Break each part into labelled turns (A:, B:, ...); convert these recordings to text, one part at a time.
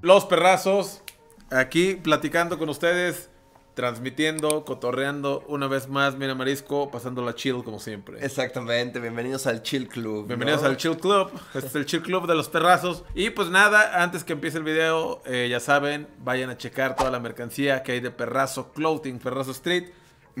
A: Los Perrazos, aquí platicando con ustedes, transmitiendo, cotorreando una vez más, mira Marisco, pasándola chill como siempre.
B: Exactamente, bienvenidos al Chill Club.
A: Bienvenidos
B: ¿no?
A: al Chill Club, este es el Chill Club de los Perrazos. Y pues nada, antes que empiece el video, eh, ya saben, vayan a checar toda la mercancía que hay de Perrazo Clothing, Perrazo Street,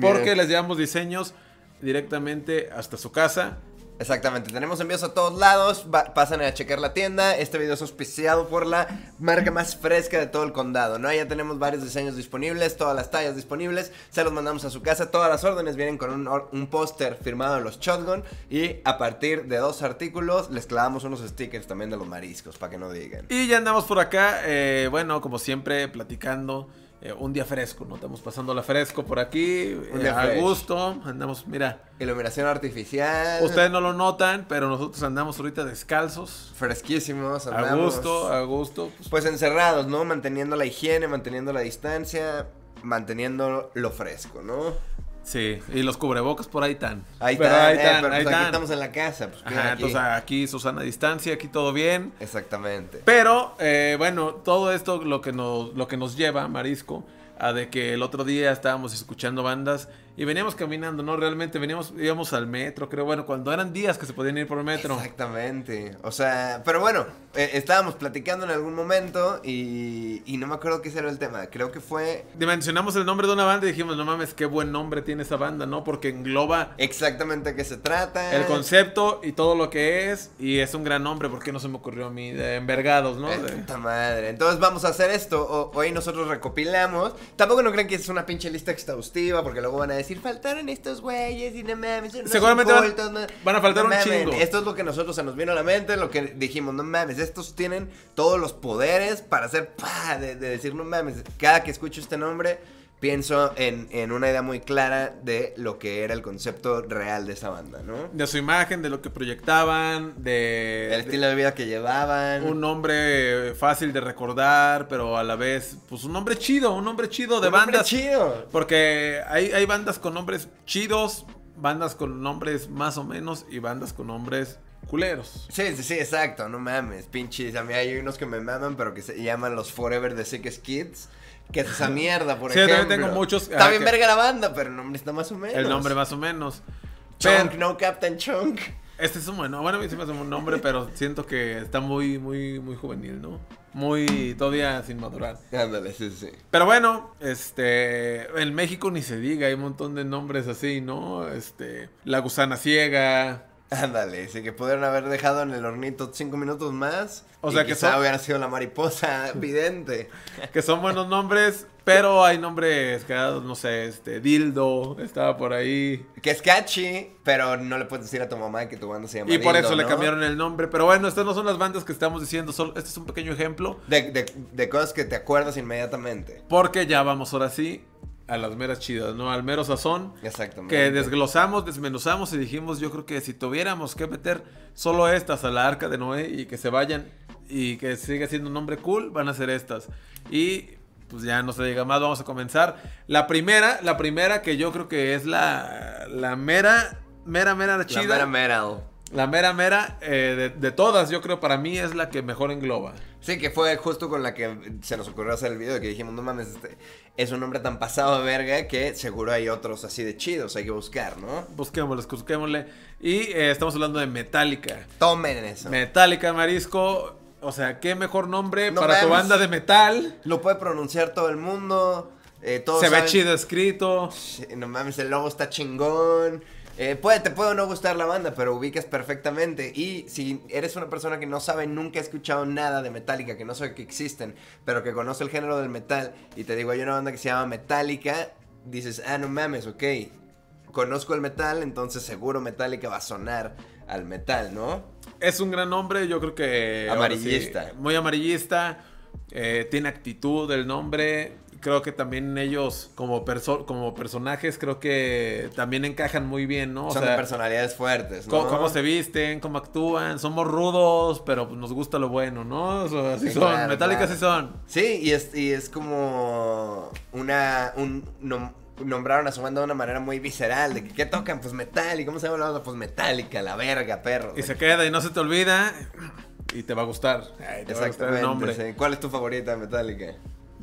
A: porque
B: Miren.
A: les llevamos diseños directamente hasta su casa.
B: Exactamente, tenemos envíos a todos lados, va- pasen a checar la tienda, este video es auspiciado por la marca más fresca de todo el condado, ¿no? Ya tenemos varios diseños disponibles, todas las tallas disponibles, se los mandamos a su casa, todas las órdenes vienen con un, or- un póster firmado de los Shotgun y a partir de dos artículos les clavamos unos stickers también de los mariscos, para que no digan.
A: Y ya andamos por acá, eh, bueno, como siempre, platicando. eh, un día fresco, ¿no? Estamos pasándola fresco por aquí,
B: Un
A: eh,
B: día
A: a
B: fresh.
A: gusto. Andamos, mira,
B: Iluminación artificial,
A: ustedes no lo notan, pero nosotros andamos ahorita descalzos.
B: fresquísimos,
A: A
B: andamos.
A: gusto, a gusto. pues,
B: Pues encerrados, ¿no? Manteniendo la higiene, manteniendo la distancia, manteniendo lo fresco, ¿no?
A: sí, y los cubrebocas por ahí tan.
B: Ahí
A: Pero
B: está,
A: ahí
B: eh,
A: tan,
B: pero
A: ahí
B: pues aquí
A: tan.
B: estamos en la casa, pues mira
A: Ajá,
B: aquí.
A: entonces ah, aquí Susana a distancia, aquí todo bien.
B: Exactamente.
A: Pero, eh, bueno, todo esto lo que nos, lo que nos lleva, Marisco, a de que el otro día estábamos escuchando bandas y veníamos caminando, ¿no? Realmente veníamos, íbamos al metro, creo, bueno, cuando eran días que se podían ir por metro.
B: Exactamente. O sea, pero bueno, eh, estábamos platicando en algún momento y, y no me acuerdo qué era el tema. Creo que fue
A: Dimensionamos el nombre de una banda y dijimos, no mames, qué buen nombre tiene esa banda, ¿no? Porque engloba
B: exactamente de qué se trata.
A: el concepto y todo lo que es y es un gran nombre, porque no se me ocurrió a mí, de envergados, ¿no?
B: Eh,
A: De-
B: puta madre. Entonces vamos a hacer esto. O- hoy nosotros recopilamos. Tampoco no crean que es una pinche lista exhaustiva, porque luego van a decir, faltaron estos güeyes y no mames. son unos
A: Seguramente van-
B: incultos, no-
A: van a faltar
B: no
A: un
B: mames".
A: chingo.
B: Esto es lo que nosotros se nos vino a la mente, lo que dijimos, no mames, estos tienen todos los poderes para hacer, pa, de, de decir, no mames. Cada que escucho este nombre, pienso en, en una idea muy clara de lo que era el concepto real de esa banda, ¿no?
A: de su imagen, de lo que proyectaban, de...
B: El
A: de-
B: estilo de vida que llevaban.
A: Un nombre fácil de recordar, pero a la vez, pues un nombre chido, un nombre chido de
B: Un nombre
A: bandas.
B: chido.
A: Porque hay, hay bandas con nombres chidos, bandas con nombres más o menos y bandas con nombres culeros.
B: Sí, sí, sí, exacto, no mames, pinches. A mí hay unos que me maman, pero que se llaman los Forever the Sickest Kids. Que es esa mierda, por
A: Sí, yo
B: ejemplo.
A: también tengo muchos,
B: Está
A: ah,
B: bien
A: que-
B: verga la banda, pero el nombre está más o menos.
A: El nombre más o menos.
B: Chunk,
A: Pero-
B: no Captain Chunk.
A: Este es un bueno, bueno, a mí se me hace un buen nombre, pero siento que está muy, muy, muy juvenil, ¿no? Muy todavía sin madurar.
B: Ándale, sí, sí.
A: Pero bueno, este, en México ni se diga, hay un montón de nombres así, ¿no? Este, La Gusana Ciega,
B: Ándale, sí, que pudieron haber dejado en el hornito cinco minutos más.
A: O
B: y
A: sea que
B: quizá
A: son-
B: hubiera sido la mariposa vidente.
A: que son buenos nombres, pero hay nombres que, no sé, este, Dildo, estaba por ahí.
B: Que es catchy, pero no le puedes decir a tu mamá que tu banda se llama
A: Y por
B: Dildo,
A: eso le
B: ¿no?
A: cambiaron el nombre. Pero bueno, estas no son las bandas que estamos diciendo, solo, este es un pequeño ejemplo,
B: De, de, de cosas que te acuerdas inmediatamente.
A: porque ya vamos ahora sí a las meras chidas, ¿no? Al mero sazón.
B: Exactamente.
A: Que desglosamos, desmenuzamos y dijimos, yo creo que si tuviéramos que meter solo estas a la arca de Noé y que se vayan y que siga siendo un nombre cool, van a ser estas. Y pues ya no se diga más, vamos a comenzar. La primera, la primera que yo creo que es la, la mera, mera, mera
B: La
A: chida.
B: mera metal.
A: La mera, mera, eh, de, de todas, yo creo para mí es la que mejor engloba.
B: Sí, que fue justo con la que se nos ocurrió hacer el video, que dijimos, no mames, este es un nombre tan pasado de verga que seguro hay otros así de chidos, hay que buscar, ¿no?
A: Busquémosle, busquémosle. Y eh, estamos hablando de Metallica.
B: Tomen eso.
A: Metallica, marisco. O sea, qué mejor nombre
B: No
A: para tu
B: mames.
A: banda de metal.
B: Lo puede pronunciar todo el mundo, eh, todos
A: Se ve
B: saben-
A: chido escrito.
B: Sí, No mames, el logo está chingón. Eh, puede, te puede o no gustar la banda, pero ubicas perfectamente. Y si eres una persona que no sabe, nunca ha escuchado nada de Metallica, que no sabe que existen, pero que conoce el género del metal, y te digo, hay una banda que se llama Metallica, dices, ah, no mames, ok, conozco el metal, entonces seguro Metallica va a sonar al metal, ¿no?
A: Es un gran nombre, yo creo que... ahora sí,
B: Amarillista.
A: muy amarillista. eh, tiene actitud el nombre. Creo que también ellos, como, perso- como personajes, creo que también encajan muy bien, ¿no? O
B: Son de
A: sea,
B: personalidades fuertes, ¿no?
A: Co- ¿Cómo, se visten, cómo actúan, somos rudos, pero pues nos gusta lo bueno, ¿no? O sea, así
B: Sí,
A: son,
B: claro,
A: Metallica
B: claro.
A: así son.
B: Sí, y es, y es como una, un, nom- nombraron a su banda de una manera muy visceral, de que ¿qué tocan? Pues metal, ¿y cómo se llama la banda? Pues metálica, la verga, perro.
A: Y se queda y no se te olvida. y te va a gustar. Ay, te va a gustar el nombre.
B: sí. ¿Cuál es tu favorita de Metallica?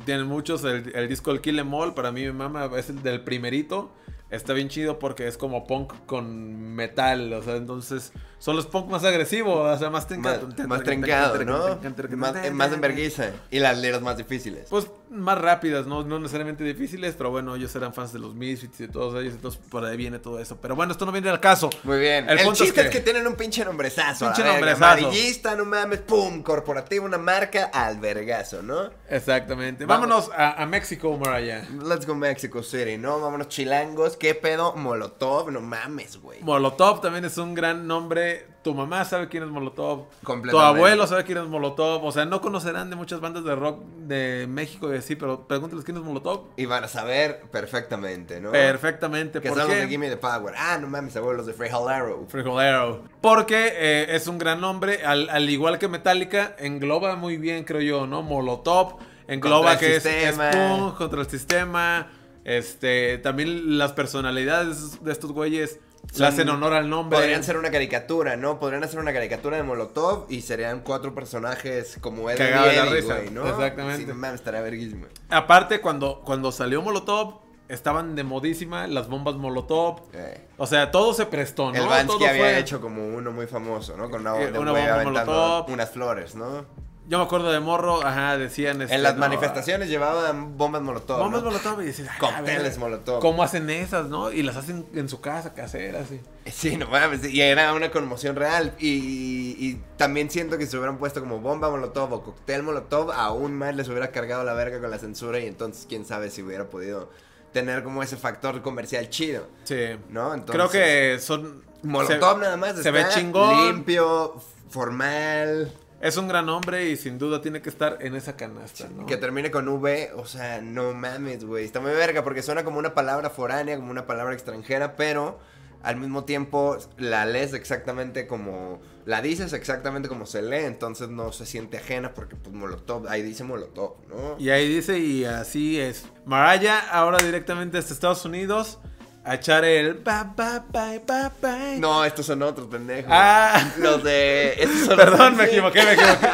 A: Tienen muchos. El, el disco El Kill Em All, para mí, mi mamá, es el del primerito. Está bien chido porque es como punk con metal. O sea, entonces son los punk más agresivos. O sea, más
B: Más,
A: trincados.
B: más trincado, ¿no? Más, eh, más enverguiza. Y las letras más difíciles.
A: Pues más rápidas, ¿no? no necesariamente difíciles, pero bueno, ellos eran fans de los Misfits y de todos ellos, entonces por ahí viene todo eso. Pero bueno, esto no viene al caso.
B: Muy bien.
A: El
B: El,
A: punto es
B: chiste es que...
A: que-
B: tienen un pinche nombrezazo. a la
A: Pinche
B: verga.
A: nombrezazo.
B: Amarillista, no mames. Pum, corporativo, una marca al vergazo, ¿no?
A: Exactamente.
B: Vamos.
A: Vámonos a, a México, Mariah.
B: Let's go Mexico City, ¿no? Vámonos chilangos. ¿Qué pedo? Molotov, no mames, güey.
A: Molotov también es un gran nombre. Tu mamá sabe quién es Molotov. Tu
B: Completamente.
A: abuelo sabe quién es Molotov. O sea, no conocerán de muchas bandas de rock de México y así, pero pregúntales quién es Molotov.
B: Y van a saber perfectamente, ¿no?
A: Perfectamente.
B: Oh. Que
A: ¿por
B: son los
A: qué?
B: de Gimme the Power. Ah, no mames, abuelos de Free Hell Arrow.
A: Frijolero. Porque eh, es un gran nombre, al, al igual que Metallica, engloba muy bien, creo yo, ¿no? Molotov, engloba
B: Contra el
A: que es, es
B: sistema.
A: punk, contra el sistema. Este, también las personalidades de estos güeyes
B: Son-
A: le hacen honor al nombre.
B: Podrían ser una caricatura, ¿no? Podrían hacer una caricatura de Molotov y serían cuatro personajes como Ed
A: Cagado de la
B: y Eddie,
A: risa,
B: güey, ¿no?
A: exactamente.
B: Sí, no mames, estaría verguísima.
A: Aparte, cuando, cuando salió Molotov, estaban de modísima las bombas Molotov.
B: Eh.
A: O sea, todo se prestó, ¿no?
B: El Bansky
A: Todo
B: había
A: fue-
B: hecho como uno muy famoso, ¿no? Con una,
A: Eh,
B: de un
A: una
B: güey
A: bomba
B: aventando
A: Molotov.
B: unas flores, ¿no?
A: Yo me acuerdo de Morro, ajá, decían... este,
B: En las
A: no,
B: manifestaciones llevaban bombas Molotov.
A: Bombas
B: ¿no?
A: Molotov y dices, ah,
B: Cócteles
A: a ver,
B: Molotov.
A: ¿Cómo hacen esas, no? Y las hacen en su casa, caseras. sí.
B: Sí, no mames, y era una conmoción real. Y, y también siento que si se hubieran puesto como bomba molotov o cóctel molotov, aún más les hubiera cargado la verga con la censura. Y entonces, quién sabe si hubiera podido tener como ese factor comercial chido,
A: Sí.
B: ¿no? Entonces,
A: Creo que son.
B: Molotov
A: se-
B: nada más
A: Se ve
B: está
A: chingón.
B: limpio, formal,
A: Es un gran hombre y sin duda tiene que estar en esa canasta, ¿no?
B: que termine con V. O sea, no mames, güey. Está muy verga porque suena como una palabra foránea, como una palabra extranjera, pero al mismo tiempo la lees exactamente como. La dices exactamente como se lee, entonces no se siente ajena porque, pues, Molotov. Ahí dice Molotov, ¿no?
A: Y ahí dice, y así es. Maraya ahora directamente hasta Estados Unidos a echar el. Ba, ba, bye, bye, bye.
B: No, estos son otros pendejos.
A: Ah.
B: Los de. estos son
A: Perdón,
B: los-
A: me equivoqué, me equivoqué.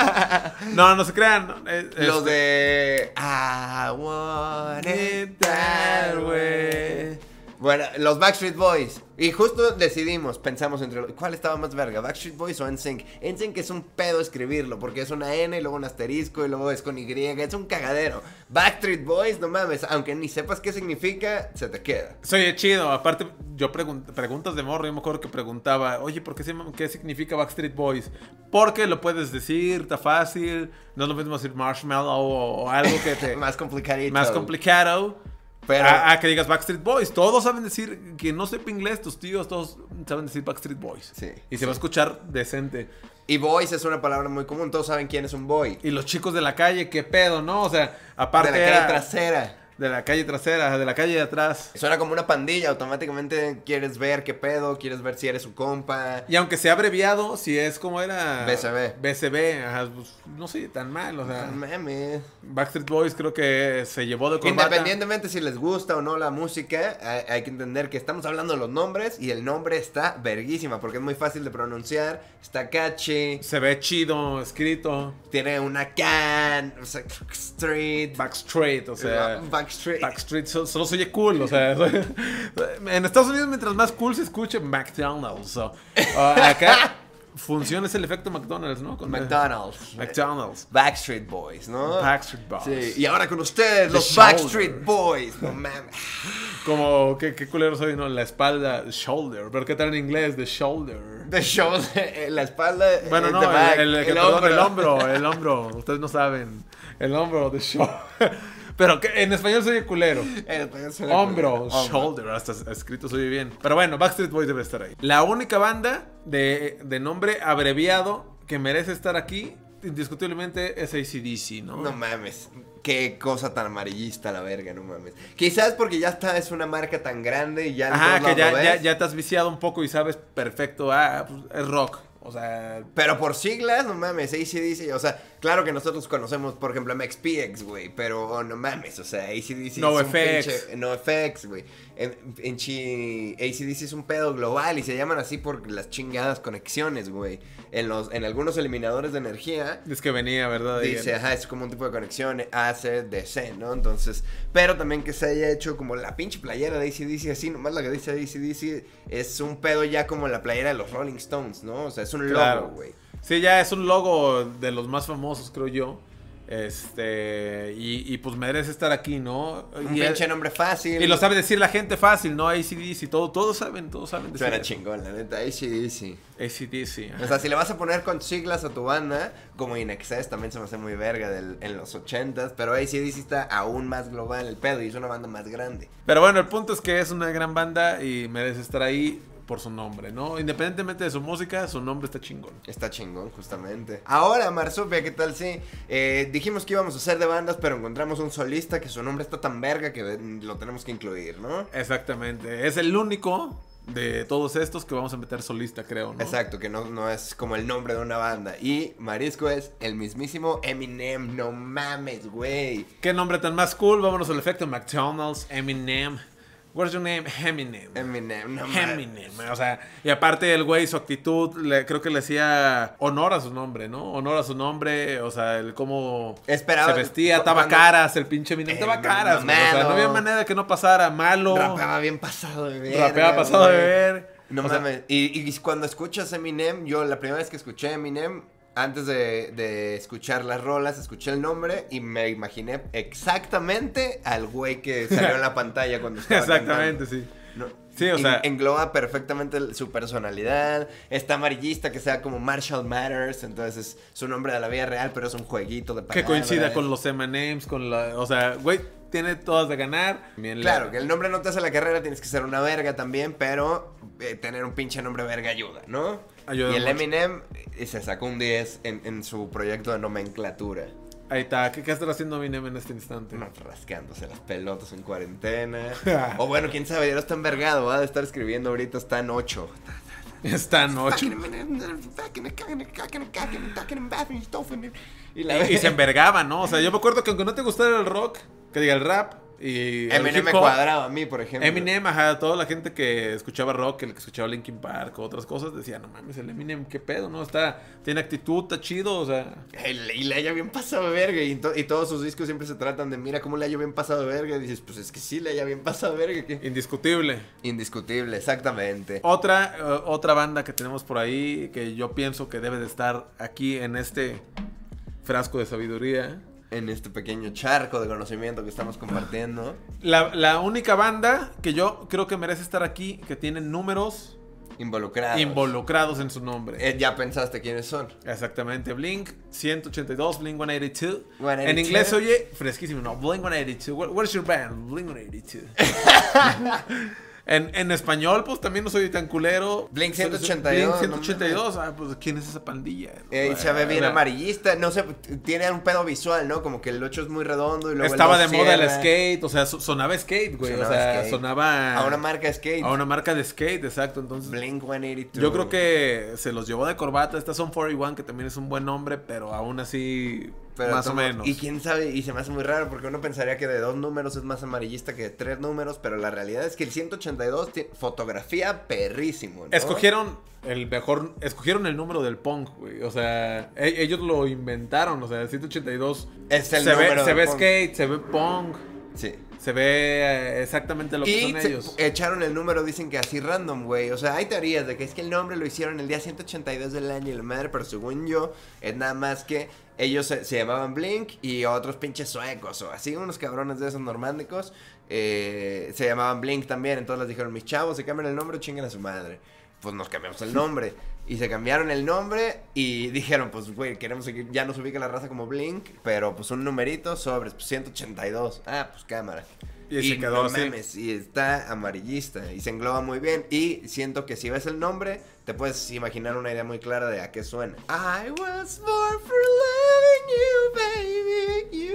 A: No, no se crean. no, es- es-
B: Los de. I want it that way. Bueno, los Backstreet Boys. Y justo decidimos, pensamos entre. lo- ¿Cuál estaba más verga? ¿Backstreet Boys o NSYNC? NSYNC es un pedo escribirlo, porque es una N y luego un asterisco y luego es con Y. Es un cagadero. Backstreet Boys, no mames. Aunque ni sepas qué significa, se te queda.
A: Soy chido, aparte yo pregun- preguntas de morro, yo me acuerdo que preguntaba, oye, ¿por qué, se llama- qué significa Backstreet Boys? Porque lo puedes decir, está fácil, no es lo mismo decir marshmallow o, o algo que te...
B: Más complicadito.
A: más Ah, complicado.
B: Pero-
A: a, a que digas Backstreet Boys, todos saben decir, que no sepa inglés, tus tíos, todos saben decir Backstreet Boys.
B: Sí,
A: Y se va a escuchar decente.
B: Y boys es una palabra muy común. Todos saben quién es un boy.
A: Y los chicos de la calle, qué pedo, ¿no? O sea, aparte
B: de la calle
A: era-
B: trasera.
A: de la calle trasera, de la calle de atrás.
B: Suena como una pandilla, automáticamente quieres ver qué pedo, quieres ver si eres su compa.
A: Y aunque sea abreviado, si es como era.
B: BCB.
A: BCB, ajá, pues, no sé, tan mal, o sea.
B: No mames.
A: Backstreet Boys creo que se llevó de corbata.
B: Independientemente si les gusta o no la música, hay, hay que entender que estamos hablando de los nombres y el nombre está verguísima porque es muy fácil de pronunciar, está catchy,
A: Se ve chido, escrito.
B: tiene una can, o sea, street,
A: Backstreet, o sea.
B: backstreet.
A: Backstreet so- solo se oye cool, o sea. en Estados Unidos, mientras más cool se escuche, McDonald's. o- o acá funciona es el efecto McDonald's, ¿no? Con-
B: McDonald's.
A: McDonald's.
B: Backstreet Boys, ¿no?
A: Backstreet Boys.
B: Sí, y ahora con ustedes,
A: The
B: los
A: Shoulder.
B: Backstreet Boys. No mames.
A: Como, qué, qué culero soy, ¿no? La espalda, shoulder. Pero qué tal en inglés, the shoulder.
B: The shoulder, eh, la espalda.
A: Bueno,
B: eh,
A: no,
B: the back,
A: el, el- que- perdón, el hombro, el hombro. Ustedes no saben. El hombro, the shoulder. Pero que en español soy culero.
B: Eh, pues, El español suena
A: Hombro,
B: culero.
A: shoulder, hasta escrito soy bien. Pero bueno, Backstreet Boys debe estar ahí. La única banda de, de nombre abreviado que merece estar aquí, indiscutiblemente, es ACDC, ¿no?
B: No mames. Qué cosa tan amarillista la verga, no mames. Quizás porque ya está, es una marca tan grande y ya. en
A: Ajá,
B: todos
A: que
B: lados
A: ya,
B: lo
A: ya,
B: ves.
A: ya te has viciado un poco y sabes perfecto, ah, pues, es rock.
B: O sea, pero por siglas, no mames, ACDC, o sea, claro que nosotros conocemos, por ejemplo, MXPX, güey, pero oh, no mames, o sea, ACDC
A: No
B: es un
A: FX.
B: pinche- No FX, güey. En, en chi- ACDC es un pedo global y se llaman así por las chingadas conexiones, güey. En, los, en algunos eliminadores de energía,
A: Es que venía, ¿verdad? Ahí
B: Dice,
A: el-
B: ajá, es como un tipo de conexión AC, DC, ¿no? Entonces, pero también que se haya hecho como la pinche playera de ACDC, así nomás la que dice ACDC, es un pedo ya como la playera de los Rolling Stones, ¿no? O sea, es un
A: Claro.
B: logo, güey.
A: Sí, ya es un logo de los más famosos, creo yo. Este, y, y pues merece estar aquí, ¿no?
B: Un
A: y,
B: pinche nombre fácil.
A: y lo sabe decir la gente fácil, ¿no? ACDC, todo, todos saben, todos saben decir.
B: Suena
A: eso.
B: chingón, la neta, ACDC.
A: ACDC.
B: O sea, si le vas a poner con siglas a tu banda, como In Excess también se me hace muy verga del- en los 80s, pero ACDC está aún más global el pedo y es una banda más grande.
A: Pero bueno, el punto es que es una gran banda y merece estar ahí por su nombre, ¿no? Independientemente de su música, su nombre está chingón.
B: Está chingón, justamente. Ahora, Marsupia, ¿qué tal? Sí, eh, dijimos que íbamos a hacer de bandas, pero encontramos un solista que su nombre está tan verga que mm, lo tenemos que incluir, ¿no?
A: Exactamente. Es el único de todos estos que vamos a meter solista, creo, ¿no?
B: Exacto, que no, no es como el nombre de una banda. Y Marisco es el mismísimo Eminem, no mames, güey.
A: ¿Qué nombre tan más cool? Vámonos al efecto McDonald's, Eminem. Where's your name? Eminem.
B: Eminem, no mames.
A: Eminem, o sea, y aparte el güey, su actitud, le- creo que le hacía honor a su nombre, ¿no? Honor a su nombre, o sea, el cómo
B: Esperaba-
A: se vestía,
B: cu-
A: estaba
B: cuando-
A: caras, el pinche Eminem,
B: Eh,
A: estaba caras, güey, o sea,
B: mamado.
A: no había manera que no pasara malo,
B: Rapeaba bien pasado de ver.
A: rapeaba pasado de ver.
B: No
A: o sea,
B: mames. y, y cuando escuchas Eminem, yo la primera vez que escuché Eminem, antes de, de escuchar las rolas, escuché el nombre y me imaginé exactamente al güey que salió en la pantalla cuando estaba
A: Exactamente,
B: cantando.
A: sí.
B: No,
A: Sí, o
B: en-
A: sea-
B: Engloba perfectamente el- su personalidad. Está amarillista que sea como Marshall Matters. Entonces es su nombre de la vida real, pero es un jueguito de
A: Que
B: palabras.
A: coincida con los Emanems, con la, o sea, güey, tiene todas de ganar. Bien
B: Claro,
A: la-
B: que el nombre no te hace la carrera, tienes que ser una verga también, pero eh, tener un pinche nombre verga ayuda, ¿no?
A: Ayuda
B: y el
A: mucho.
B: Eminem eh, se sacó un 10 en, en su proyecto de nomenclatura.
A: Ahí está, ¿qué, qué estará haciendo Eminem en este instante?
B: No, Rascándose las pelotas en cuarentena. o bueno, quién sabe, ya no está envergado, va a estar escribiendo ahorita, está en 8.
A: Está noche.
B: Y, la
A: Y, y se envergaba, ¿no? O sea, yo me acuerdo que aunque no te gustara el rock, que diga el rap y. el
B: Eminem
A: hip
B: me
A: hop,
B: cuadraba a mí, por ejemplo.
A: Eminem, ajá, toda la gente que escuchaba rock, el que escuchaba Linkin Park, otras cosas, decía, no mames, el Eminem, qué pedo, ¿no? Está, tiene actitud, está chido, o sea.
B: El- Y la haya bien pasado de verga. Y, to- y todos sus discos siempre se tratan de, mira cómo la haya bien pasado de verga. Y dices, pues es que sí, la haya bien pasado de verga. que-
A: Indiscutible.
B: Indiscutible, exactamente.
A: Otra, eh, otra banda que tenemos por ahí que yo pienso que debe de estar aquí en este frasco de sabiduría.
B: En este pequeño charco de conocimiento que estamos compartiendo.
A: La, la única banda que yo creo que merece estar aquí, que tiene números
B: Involucrados.
A: involucrados en su nombre.
B: Eh, ya pensaste quiénes son.
A: Exactamente, Blink 182, Blink 182.
B: 182.
A: En inglés se oye fresquísimo, no, Blink 182. Where- where's your band? Blink 182. en, en español, pues también no soy tan culero.
B: Blink
A: Soy- soy-
B: 182,
A: Blink
B: no
A: 182. Ah, pues ¿quién es esa pandilla?
B: Eh, y se ve bien
A: Ah,
B: amarillista. No sé, t- tiene un pedo visual, ¿no? Como que el 8 es muy redondo y luego. el
A: Estaba de
B: dos
A: moda el
B: cierra.
A: skate, o sea, so- sonaba skate, güey.
B: Sonaba
A: o sea,
B: skate.
A: sonaba
B: A una marca skate.
A: a una marca de skate, exacto. Entonces,
B: Blink 182.
A: Yo creo que se los llevó de corbata. Estas son 41, que también es un buen nombre, pero aún así,
B: Pero
A: más o
B: tomo-
A: menos.
B: Y quién sabe, y se me hace muy raro porque uno pensaría que de dos números es más amarillista que de tres números, pero la realidad es que el 182 tiene fotografía perrísimo. ¿no?
A: Escogieron el mejor, escogieron el número del punk, güey. O sea, e- ellos lo inventaron, o sea, el 182.
B: Es el
A: se ve,
B: número
A: se
B: del
A: ve
B: punk.
A: skate, se ve punk,
B: Sí.
A: se ve eh, exactamente lo que
B: Y
A: son
B: se-
A: ellos.
B: echaron el número, dicen que así random, güey. O sea, hay teorías de que es que el nombre lo hicieron el día 182 del año y la madre, pero según yo, es nada más que ellos se, se llamaban Blink y otros pinches suecos o así, unos cabrones de esos normándicos, eh, se llamaban Blink también. Entonces les dijeron, mis chavos, se cambian el nombre, o chingan a su madre. Pues nos cambiamos el nombre. Y se cambiaron el nombre y dijeron, pues, güey, queremos seguir, ya nos ubica la raza como Blink, pero pues un numerito sobres, pues 182. Ah, pues cámara.
A: Y se quedó así.
B: mames, y está amarillista y se engloba muy bien. Y siento que si ves el nombre, te puedes imaginar una idea muy clara de a qué suena. I was born for loving you,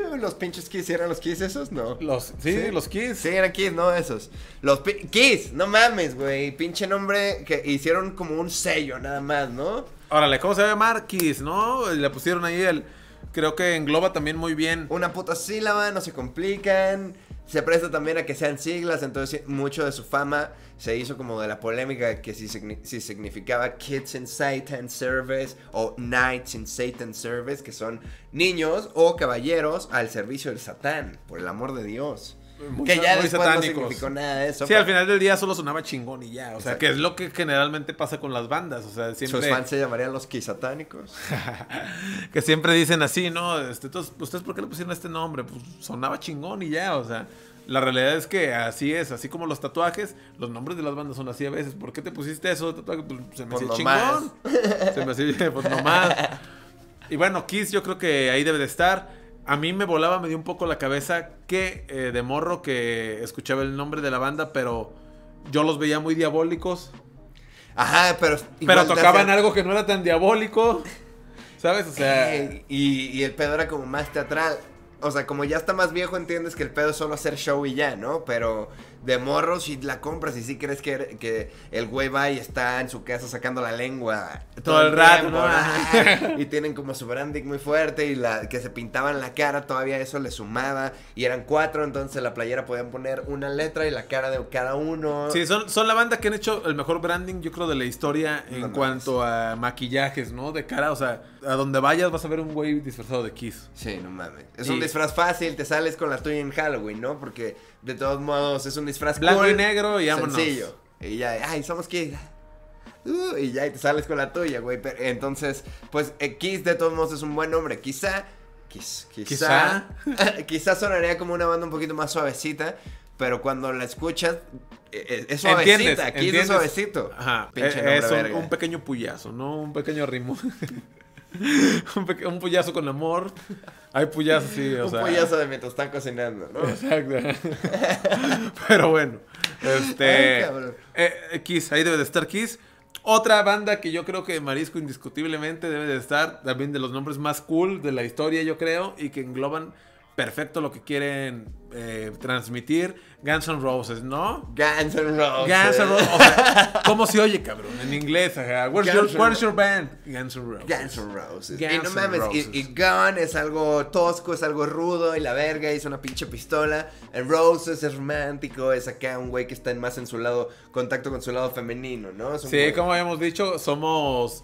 B: baby. You. Los pinches Kiss, ¿eran los Kiss esos? No.
A: Los, sí, los Kids.
B: Sí, eran Kiss, no esos. Los pi- Kiss, no mames, güey. Pinche nombre que hicieron como un sello nada más, ¿no?
A: Órale, ¿cómo se ve Marquis, no? Le pusieron ahí el... Creo que engloba también muy bien.
B: Una puta sílaba, no se complican. Se presta también a que sean siglas, entonces mucho de su fama se hizo como de la polémica de que si, signi- si significaba Kids in Satan Service o Knights in Satan Service, que son niños o caballeros al servicio del Satán, por el amor de Dios.
A: Muy
B: que
A: sa-
B: ya
A: muy
B: después
A: satánicos.
B: no significó nada de eso.
A: Sí, al
B: pero
A: final del día solo sonaba chingón y ya. O sea,
B: Exacto.
A: que es lo que generalmente pasa con las bandas. O sea, siempre...
B: Sus fans se llamarían los quisatánicos.
A: que siempre dicen así, ¿no? Este, entonces, ¿ustedes por qué le pusieron este nombre? Pues sonaba chingón y ya, o sea. La realidad es que así es, así como los tatuajes, los nombres de las bandas son así a veces. ¿Por qué te pusiste eso de tatuaje? Pues se me
B: Por
A: hacía
B: nomás.
A: chingón. Se me hacía, pues nomás. Y bueno, Kiss yo creo que ahí debe de estar. A mí me volaba, me dio un poco la cabeza que eh, de morro que escuchaba el nombre de la banda, pero yo los veía muy diabólicos.
B: Ajá, pero.
A: Pero
B: igual te
A: tocaban
B: hacen-
A: algo que no era tan diabólico. ¿Sabes? O sea.
B: Eh, y, y el pedo era como más teatral. O sea, como ya está más viejo, entiendes que el pedo es solo hacer show y ya, ¿no? Pero de morro, si la compras y si crees que, que el güey va y está en su casa sacando la lengua
A: Todo el rato,
B: tiempo,
A: ¿no?
B: ah, Y tienen como su branding muy fuerte y la que se pintaban la cara, todavía eso le sumaba. Y eran cuatro, entonces la playera podían poner una letra y la cara de cada uno.
A: Sí, son, son la banda que han hecho el mejor branding, yo creo, de la historia en
B: No mames.
A: cuanto a maquillajes, ¿no? De cara, o sea, a donde vayas vas a ver un güey disfrazado de Kiss.
B: Sí, no mames. Es
A: Y-
B: un disfraz fácil, te sales con la tuya en Halloween, ¿no? Porque de todos modos es un disfraz
A: Blanco
B: cool,
A: y negro y vámonos.
B: Sencillo. Y ya, ay, somos Kiss. Uh, y ya, y te sales con la tuya, güey. Pero, entonces, pues eh, Kiss de todos modos es un buen nombre. Quizá, Kiss, quizá, quizá, sonaría como una banda un poquito más suavecita. Pero cuando la escuchas, eh, eh, es suavecita.
A: ¿Entiendes?
B: Kiss
A: ¿Entiendes?
B: es suavecito.
A: Ajá.
B: Pinche
A: Eh,
B: nombre
A: es un,
B: verga.
A: un pequeño puyazo, ¿no? Un pequeño ritmo. un, peque- un puyazo con amor. Hay puyazos, sí, o
B: Un
A: sea.
B: pollazo de mientras están cocinando, ¿no?
A: Exacto. Pero bueno, este.
B: Ay, cabrón.
A: eh, eh, Kiss, ahí debe de estar Kiss. Otra banda que yo creo que Marisco indiscutiblemente debe de estar, también de los nombres más cool de la historia, yo creo, y que engloban perfecto lo que quieren eh, transmitir. Guns N' Roses, ¿no?
B: Guns N' Roses.
A: Guns N' Roses, o sea, ¿cómo se oye, cabrón? En inglés, ajá. Where's,
B: Guns
A: your,
B: N'
A: where's
B: Roses.
A: your band? Guns N' Roses.
B: Guns N' Roses.
A: Guns
B: y no
A: N'
B: mames,
A: Roses.
B: Y, y Gun es algo tosco, es algo rudo y la verga, es una pinche pistola. El Roses es romántico, es acá un güey que está en más en su lado, contacto con su lado femenino, ¿no? Es un
A: Sí,
B: güey-
A: como habíamos dicho, somos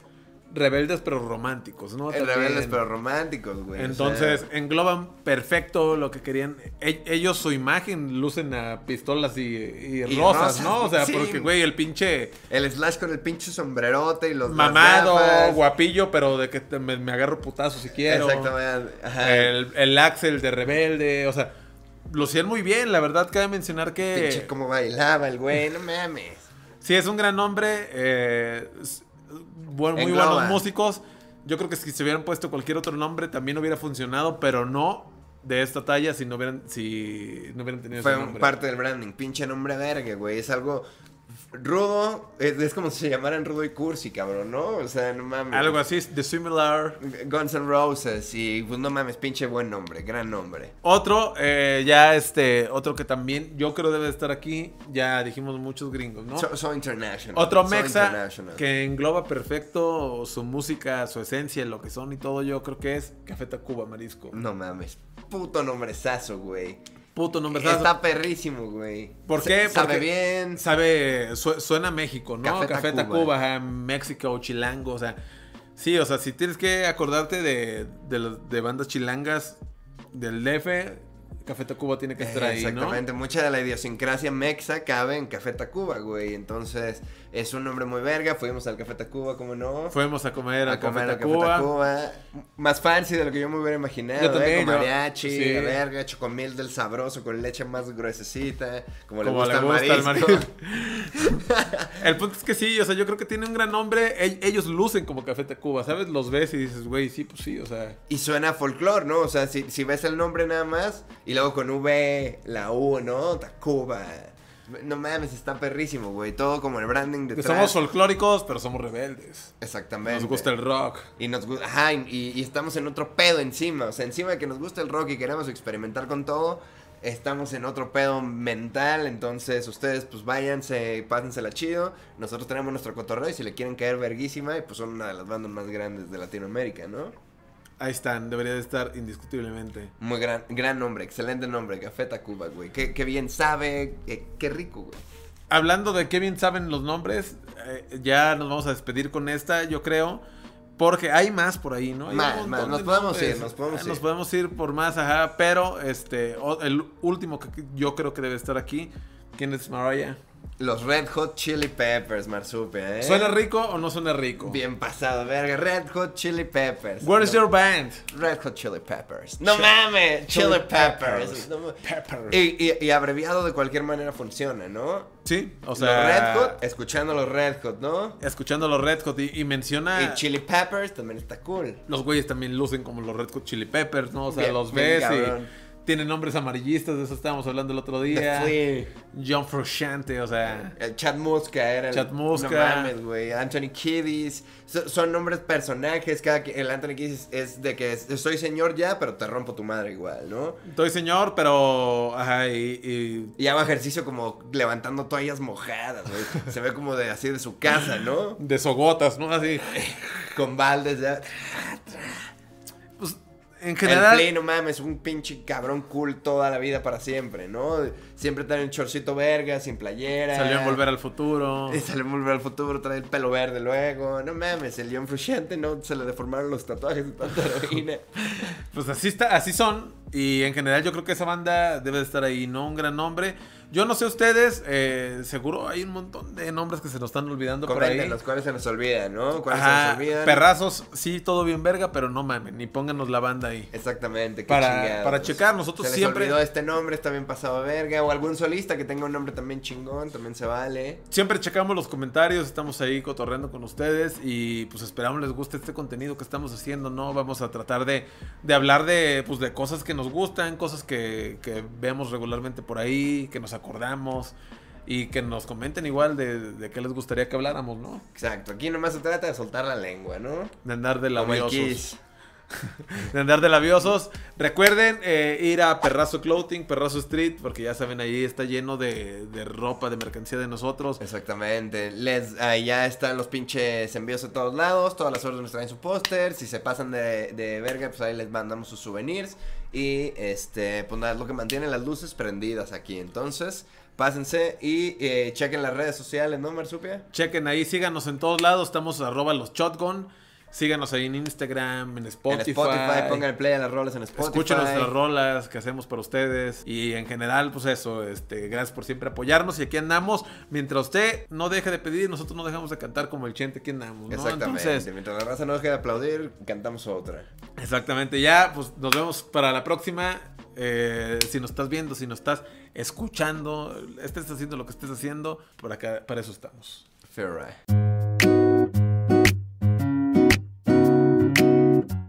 A: rebeldes pero románticos, ¿no?
B: eh,
A: También.
B: rebeldes pero románticos, güey. o sea,
A: Entonces engloban perfecto lo que querían. E- ellos su imagen lucen a pistolas y, y
B: Y
A: rosas,
B: rosas,
A: ¿no? O sea,
B: sí.
A: porque, güey, el pinche
B: el Slash con el pinche sombrerote y los las
A: mamado,
B: gafas.
A: guapillo, pero de que te- me, me agarro putazo si quiero.
B: Exactamente. Ajá.
A: El, el Axel de rebelde, o sea, lo hacían muy bien. La verdad, cabe mencionar que
B: Pinche como bailaba el güey, no mames.
A: sí es un gran nombre. eh, es- buen- muy
B: Engloba.
A: buenos músicos. Yo creo que si se hubieran puesto cualquier otro nombre también hubiera funcionado, pero no de esta talla si no hubieran, si no hubieran tenido
B: Fue
A: ese
B: un-
A: nombre.
B: parte del branding, pinche nombre verga, güey. Es algo rudo, es, es como si se llamaran rudo y cursi, cabrón, ¿no? O sea, no mames.
A: Algo así, de similar.
B: Guns N' Roses y pues no mames, pinche buen nombre, gran nombre.
A: Otro, eh, ya este, otro que también yo creo debe estar aquí, ya dijimos muchos gringos, ¿no?
B: So, so international.
A: Otro
B: so
A: Mexa
B: international.
A: que engloba perfecto su música, su esencia, lo que son y todo, yo creo que es Café Tacuba, Marisco.
B: No mames, puto nombrezazo, güey.
A: Puto nombre.
B: Está perrísimo, güey.
A: ¿Por
B: Se-
A: qué?
B: Sabe
A: Porque-
B: bien.
A: Sabe, su- suena a México, ¿no?
B: Café
A: Café,
B: Tacuba. eh.
A: Tacuba, ajá, México, Chilango, o sea. Sí, o sea, si tienes que acordarte de, de, los- de bandas chilangas del DF, Café Tacuba tiene que estar ahí, ¿no?
B: Exactamente, mucha de la idiosincrasia mexa cabe en Café Tacuba, güey. Entonces, es un nombre muy verga. Fuimos al Café Tacuba, ¿cómo no?
A: Fuimos a comer
B: a
A: al Café
B: comer al Café
A: Tacuba.
B: Tacuba. Más fancy de lo que yo me hubiera imaginado.
A: Yo
B: ¿eh?
A: también,
B: Con
A: yo-
B: mariachi,
A: sí.
B: la verga, chocomil del sabroso, con leche más gruesecita. Como,
A: Como
B: le gusta,
A: le gusta
B: al
A: al
B: marisco.
A: El punto es que sí, o sea, yo creo que tiene un gran nombre. Ell- Ellos lucen como Café Tacuba, ¿sabes? Los ves y dices, güey, sí, pues sí, o sea.
B: Y suena a folclore, ¿no? O sea, si, si ves el nombre nada más y luego con V, la U, ¿no? Tacuba. No mames, está perrísimo, güey. Todo como el branding
A: que
B: detrás.
A: Somos folclóricos, pero somos rebeldes.
B: Exactamente.
A: Nos gusta el rock.
B: Y nos gusta, ajá, y, y estamos en otro pedo encima, o sea, encima de que nos gusta el rock y queremos experimentar con todo, estamos en otro pedo mental, entonces ustedes pues váyanse, pásensela chido, nosotros tenemos nuestro cotorreo y si le quieren caer verguísima, y pues son una de las bandas más grandes de Latinoamérica, ¿no?
A: Ahí están, debería de estar indiscutiblemente.
B: Muy gran, gran nombre, excelente nombre, Café Tacuba, güey, qué, qué bien sabe, eh, qué rico, güey.
A: Hablando de qué bien saben los nombres, eh, ya nos vamos a despedir con esta, yo creo. Porque hay más por ahí, ¿no? Hay
B: Más,
A: un
B: más,
A: montón
B: nos
A: de
B: podemos
A: nombres.
B: ir, nos podemos
A: Ah,
B: ir.
A: Nos podemos ir por más, ajá. Pero este, o- el último que yo creo que debe estar aquí. ¿Quién es Mariah?
B: Los Red Hot Chili Peppers, Marsupia, ¿eh?
A: ¿Suena rico o no suena rico?
B: Bien pasado, verga. Red Hot Chili Peppers.
A: Where is
B: No.
A: your band?
B: Red Hot Chili Peppers. No mames, Chili Peppers. No mames.
A: Peppers.
B: Y, y- y abreviado de cualquier manera funciona, ¿no?
A: Sí, o
B: los
A: sea,
B: Red Hot, escuchando los Red Hot, ¿no?
A: escuchando los Red Hot y, y menciona
B: Y Chili Peppers también está cool.
A: los güeyes también lucen como los Red Hot Chili Peppers, ¿no? O sea,
B: Bien,
A: los
B: bien
A: ves
B: cabrón.
A: y tienen nombres amarillistas, de eso estábamos hablando el otro
B: The
A: día.
B: Flea,
A: John Frusciante, o sea,
B: El Chad Muska era el.
A: Chad Muska.
B: No mames, güey. Anthony Kiddis. So- son nombres, personajes. Cada que, el Anthony Kiddis es de que es- soy señor ya, pero te rompo tu madre igual, ¿no?
A: estoy señor, pero ajá, y- y
B: Y hago ejercicio como levantando toallas mojadas, güey. Se ve como de así de su casa, ¿no?
A: de sogotas, ¿no? Así.
B: Con baldes ya.
A: Pues, en
B: El
A: general.
B: Flea, no mames, un pinche cabrón cool toda la vida para siempre, ¿no? Siempre trae un chorcito verga, sin playera.
A: Salió en Volver al Futuro.
B: Y salió en Volver al Futuro, trae el pelo verde luego. No mames, el John Frusciante, ¿no? Se le deformaron los tatuajes de tanta heroína.
A: Pues así está, así son. Y en general yo creo que esa banda debe de estar ahí, ¿no? Un gran nombre. Yo no sé ustedes, eh, seguro hay un montón de nombres que se nos están olvidando por ahí.
B: Comenten los cuales se nos olvidan, ¿no? Cuáles se
A: Ajá,
B: nos olvidan.
A: perrazos, sí, todo bien verga, pero no mamen, ni pónganos la banda ahí.
B: Exactamente, qué
A: Para-
B: chingados.
A: para checar, nosotros
B: Se les
A: siempre-
B: olvidó este nombre, está bien pasado de verga. O algún solista que tenga un nombre también chingón, también se vale.
A: Siempre checamos los comentarios, estamos ahí cotorreando con ustedes y pues esperamos les guste este contenido que estamos haciendo, ¿no? Vamos a tratar de, de hablar de, pues, de cosas que nos gustan, cosas que, que vemos regularmente por ahí, que nos acordamos y que nos comenten igual de, de qué les gustaría que habláramos, ¿no?
B: Exacto, aquí nomás se trata de soltar la lengua, ¿no?
A: De andar de
B: Como el
A: labiosos.
B: Kiss.
A: De andar de labiosos. Recuerden eh, ir a Perrazo Clothing, Perrazo Street, porque ya saben, ahí está lleno de, de ropa, de mercancía de nosotros.
B: Exactamente. Les, ahí ya están los pinches envíos a todos lados. Todas las órdenes traen su póster. Si se pasan de, de verga, pues ahí les mandamos sus souvenirs. Y este, pues nada, es lo que mantiene las luces prendidas aquí. Entonces, pásense y eh, chequen las redes sociales, ¿no, Marsupia?
A: Chequen ahí, síganos en todos lados. Estamos arroba los shotgun. Síganos ahí en Instagram, en Spotify.
B: En Spotify, pongan el play a las rolas en Spotify.
A: Escuchen nuestras rolas que hacemos para ustedes. Y en general, pues eso, este, gracias por siempre apoyarnos. Y aquí andamos. Mientras usted no deje de pedir, nosotros no dejamos de cantar como el chente, aquí andamos. ¿no?
B: Exactamente.
A: Entonces,
B: Mientras la raza no deje de aplaudir, cantamos otra.
A: exactamente. Ya, pues nos vemos para la próxima. Eh, si nos estás viendo, si nos estás este escuchando, estés haciendo lo que estés haciendo, por acá, para eso estamos.
B: Fair right.